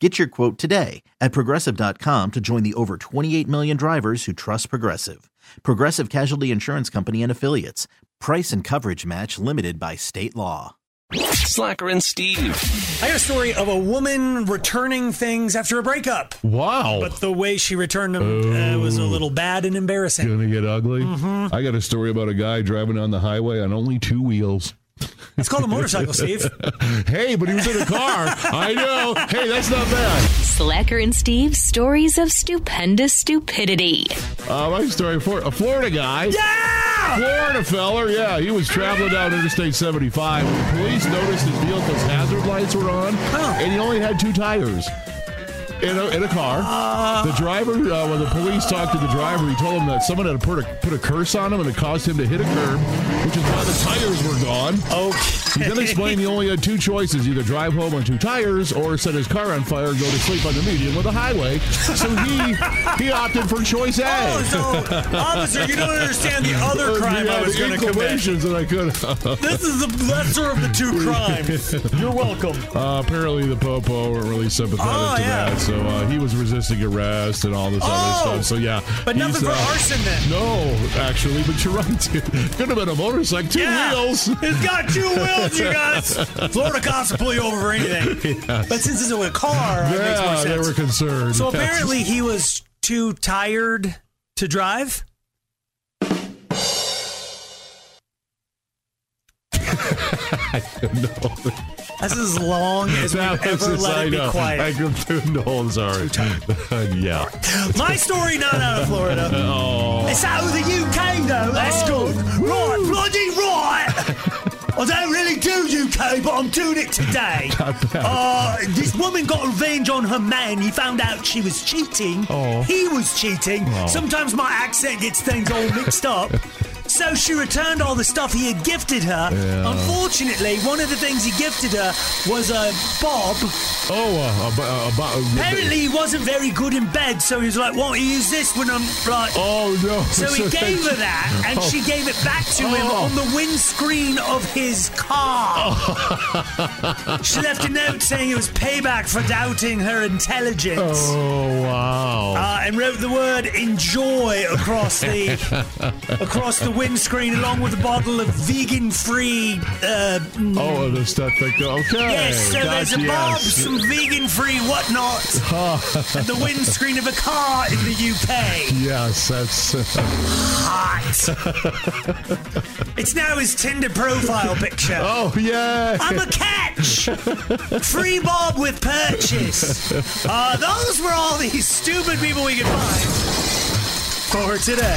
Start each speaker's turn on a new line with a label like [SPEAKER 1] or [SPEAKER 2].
[SPEAKER 1] Get your quote today at progressive.com to join the over 28 million drivers who trust Progressive. Progressive Casualty Insurance Company and Affiliates. Price and coverage match limited by state law.
[SPEAKER 2] Slacker and Steve.
[SPEAKER 3] I got a story of a woman returning things after a breakup,
[SPEAKER 4] Wow.
[SPEAKER 3] but the way she returned them uh, was a little bad and embarrassing.
[SPEAKER 4] Gonna get ugly. I got a story about a guy driving on the highway on only two wheels.
[SPEAKER 3] It's called a motorcycle, Steve.
[SPEAKER 4] Hey, but he was in a car. I know. Hey, that's not bad.
[SPEAKER 5] Slacker and Steve's stories of stupendous stupidity.
[SPEAKER 4] Uh, my story for a Florida guy.
[SPEAKER 3] Yeah!
[SPEAKER 4] Florida feller, yeah, he was traveling down Interstate 75. When police noticed his vehicle's hazard lights were on, and he only had two tires in a, in a car. the driver, uh, when the police talked to the driver, he told him that someone had put a, put a curse on him and it caused him to hit a curb, which is why the tires were gone. He then explained he only had two choices either drive home on two tires or set his car on fire and go to sleep on the median with a highway. So he he opted for choice A.
[SPEAKER 3] Oh, so, officer, you don't understand the other crime
[SPEAKER 4] Oh, Yeah,
[SPEAKER 3] I was
[SPEAKER 4] the
[SPEAKER 3] going to commit.
[SPEAKER 4] inclinations that I could.
[SPEAKER 3] This is the lesser of the two crimes. You're welcome.
[SPEAKER 4] Uh, apparently, the Popo weren't really sympathetic
[SPEAKER 3] Oh,
[SPEAKER 4] to
[SPEAKER 3] yeah.
[SPEAKER 4] that, so uh, he was resisting arrest and all this
[SPEAKER 3] Oh!
[SPEAKER 4] other stuff. So yeah,
[SPEAKER 3] But nothing
[SPEAKER 4] he's, uh,
[SPEAKER 3] for arson then.
[SPEAKER 4] No, actually, but you're right. Could have been a motorcycle, two
[SPEAKER 3] Yeah.
[SPEAKER 4] wheels.
[SPEAKER 3] It's got two wheels, you guys. Florida cops will pull you over for anything. But since it's a car, it makes more
[SPEAKER 4] Yeah, they
[SPEAKER 3] sense.
[SPEAKER 4] were concerned.
[SPEAKER 3] So apparently he was too tired to drive. That's as long as we've
[SPEAKER 4] That was
[SPEAKER 3] ever
[SPEAKER 4] just-
[SPEAKER 3] let
[SPEAKER 4] I
[SPEAKER 3] it be
[SPEAKER 4] know. I
[SPEAKER 3] quiet.
[SPEAKER 4] could, no, I'm sorry. yeah.
[SPEAKER 3] My story not out of Florida.
[SPEAKER 4] Oh.
[SPEAKER 3] It's out of the UK though. That's good. Right, bloody right. I don't really do UK, but I'm doing it today. Uh, this woman got revenge on her man. He found out she was cheating.
[SPEAKER 4] Oh.
[SPEAKER 3] He was cheating. Sometimes my accent gets things all mixed up. So she returned all the stuff he had gifted her.
[SPEAKER 4] Yeah.
[SPEAKER 3] Unfortunately, one of the things he gifted her was a bob.
[SPEAKER 4] Oh, uh, uh, about, uh,
[SPEAKER 3] Apparently, he wasn't very good in bed, so he was like, "Won't you use this when I'm like?"
[SPEAKER 4] Oh no.
[SPEAKER 3] So he gave her that, and
[SPEAKER 4] Oh.
[SPEAKER 3] she gave it back to him
[SPEAKER 4] Oh.
[SPEAKER 3] on the windscreen of his car.
[SPEAKER 4] Oh.
[SPEAKER 3] she left a note saying it was payback for doubting her intelligence.
[SPEAKER 4] Oh wow.
[SPEAKER 3] Uh, and wrote the word "enjoy" across the across the windscreen, along with a bottle of vegan-free. Uh,
[SPEAKER 4] oh, the stuff that go. Okay.
[SPEAKER 3] yes, so there's
[SPEAKER 4] gotcha,
[SPEAKER 3] a bob,
[SPEAKER 4] yes.
[SPEAKER 3] some vegan-free whatnot at the windscreen of a car in the UK.
[SPEAKER 4] Yes, that's.
[SPEAKER 3] hot. it's now his Tinder profile picture.
[SPEAKER 4] Oh yeah.
[SPEAKER 3] I'm a catch. Free Bob with purchase. Uh, those were all these stupid people we could find for today.